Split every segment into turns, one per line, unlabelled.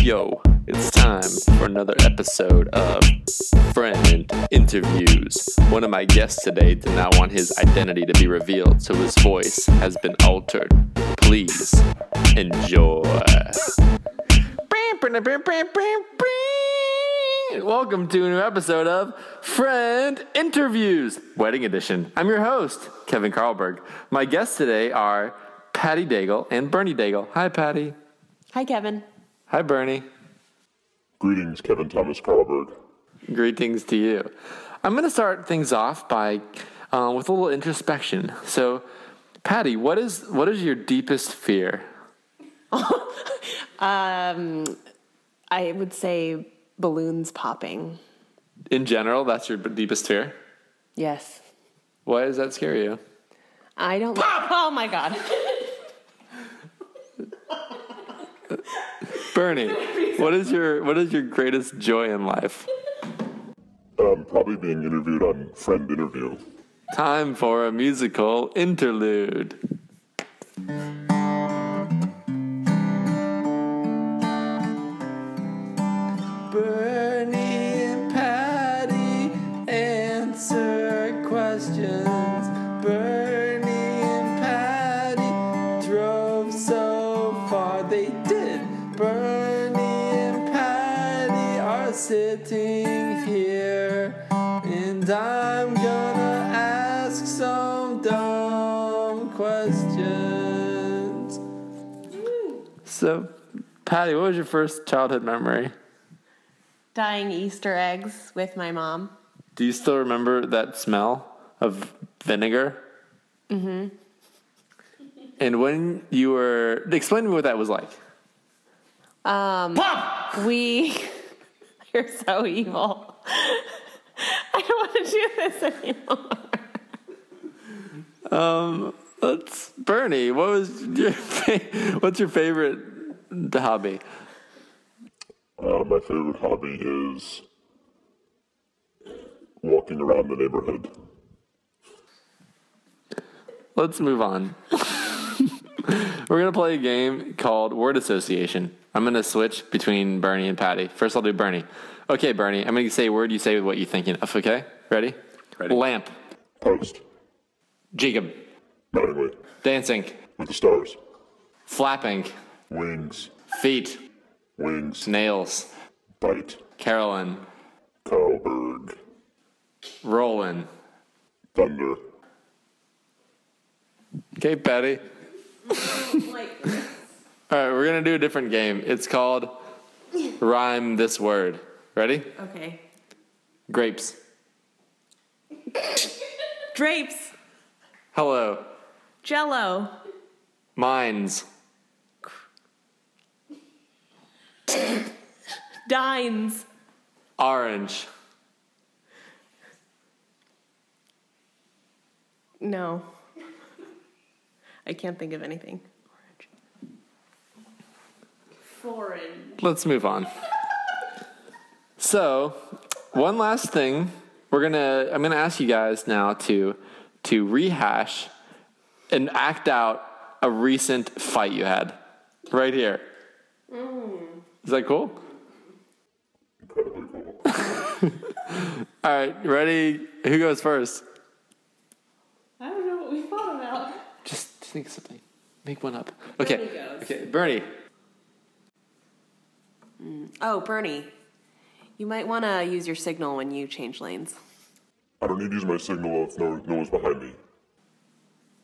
Yo, it's time for another episode of Friend Interviews. One of my guests today did not want his identity to be revealed, so his voice has been altered. Please enjoy. Welcome to a new episode of Friend Interviews, Wedding Edition. I'm your host, Kevin Carlberg. My guests today are Patty Daigle and Bernie Daigle. Hi, Patty.
Hi, Kevin.
Hi, Bernie.
Greetings, Kevin Thomas Carlberg.
Greetings to you. I'm going to start things off by uh, with a little introspection. So, Patty, what is what is your deepest fear?
I would say balloons popping.
In general, that's your b- deepest fear.
Yes.
Why does that scare you?
I don't. oh my God.
Bernie, what is your what is your greatest joy in life?
Um, probably being interviewed on Friend Interview.
Time for a musical interlude. Bernie and Patty answer questions. Bernie and Patty drove so far they did. Bernie and Patty are sitting here, and I'm gonna ask some dumb questions. So, Patty, what was your first childhood memory?
Dying Easter eggs with my mom.
Do you still remember that smell of vinegar? Mm-hmm. And when you were explain to me what that was like.
Um, we. You're so evil. I don't want to do this anymore.
Um, let's Bernie. What was your fa- what's your favorite hobby?
Uh, my favorite hobby is walking around the neighborhood.
Let's move on. We're gonna play a game called Word Association. I'm gonna switch between Bernie and Patty. First, I'll do Bernie. Okay, Bernie. I'm gonna say a word. You say what you're thinking of. Okay, ready? Ready. Lamp.
Post,
Jacob.
Mattingly,
Dancing.
with the stars.
Flapping.
Wings,
Feet.
wings,
Nails.
bite,
Carolyn.
Carlberg,
Roland.
thunder.
Okay, Patty. All right, we're gonna do a different game. It's called Rhyme This Word. Ready?
okay.
Grapes.
Drapes,
Hello.
jello,
Mines.
dines,
Orange.
No. I can't think of anything. Foreign.
Let's move on. So, one last thing. We're gonna. I'm gonna ask you guys now to to rehash and act out a recent fight you had right here.
Mm.
Is that cool?
Incredibly cool.
All right, ready? Who goes first?
I don't know what we thought about.
Just think of something. Make one up. Okay.
Bernie goes.
Okay, Bernie.
Oh, Bernie, you might want to use your signal when you change lanes.
I don't need to use my signal if no, no one's behind me.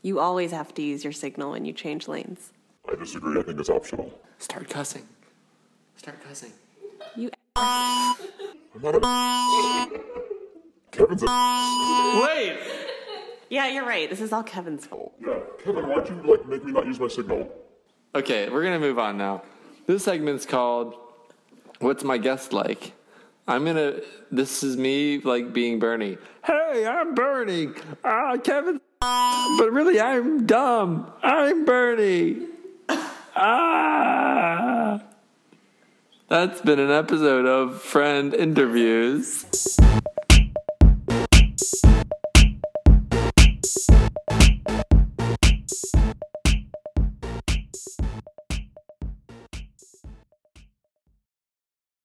You always have to use your signal when you change lanes.
I disagree. I think it's optional.
Start cussing. Start cussing.
You
I'm not a. Kevin's a.
Wait.
Yeah, you're right. This is all Kevin's fault.
Yeah, Kevin, why'd you like make me not use my signal?
Okay, we're gonna move on now. This segment's called "What's My Guest Like." I'm gonna. This is me like being Bernie. Hey, I'm Bernie. Ah, Kevin. But really, I'm dumb. I'm Bernie. Ah. That's been an episode of Friend Interviews.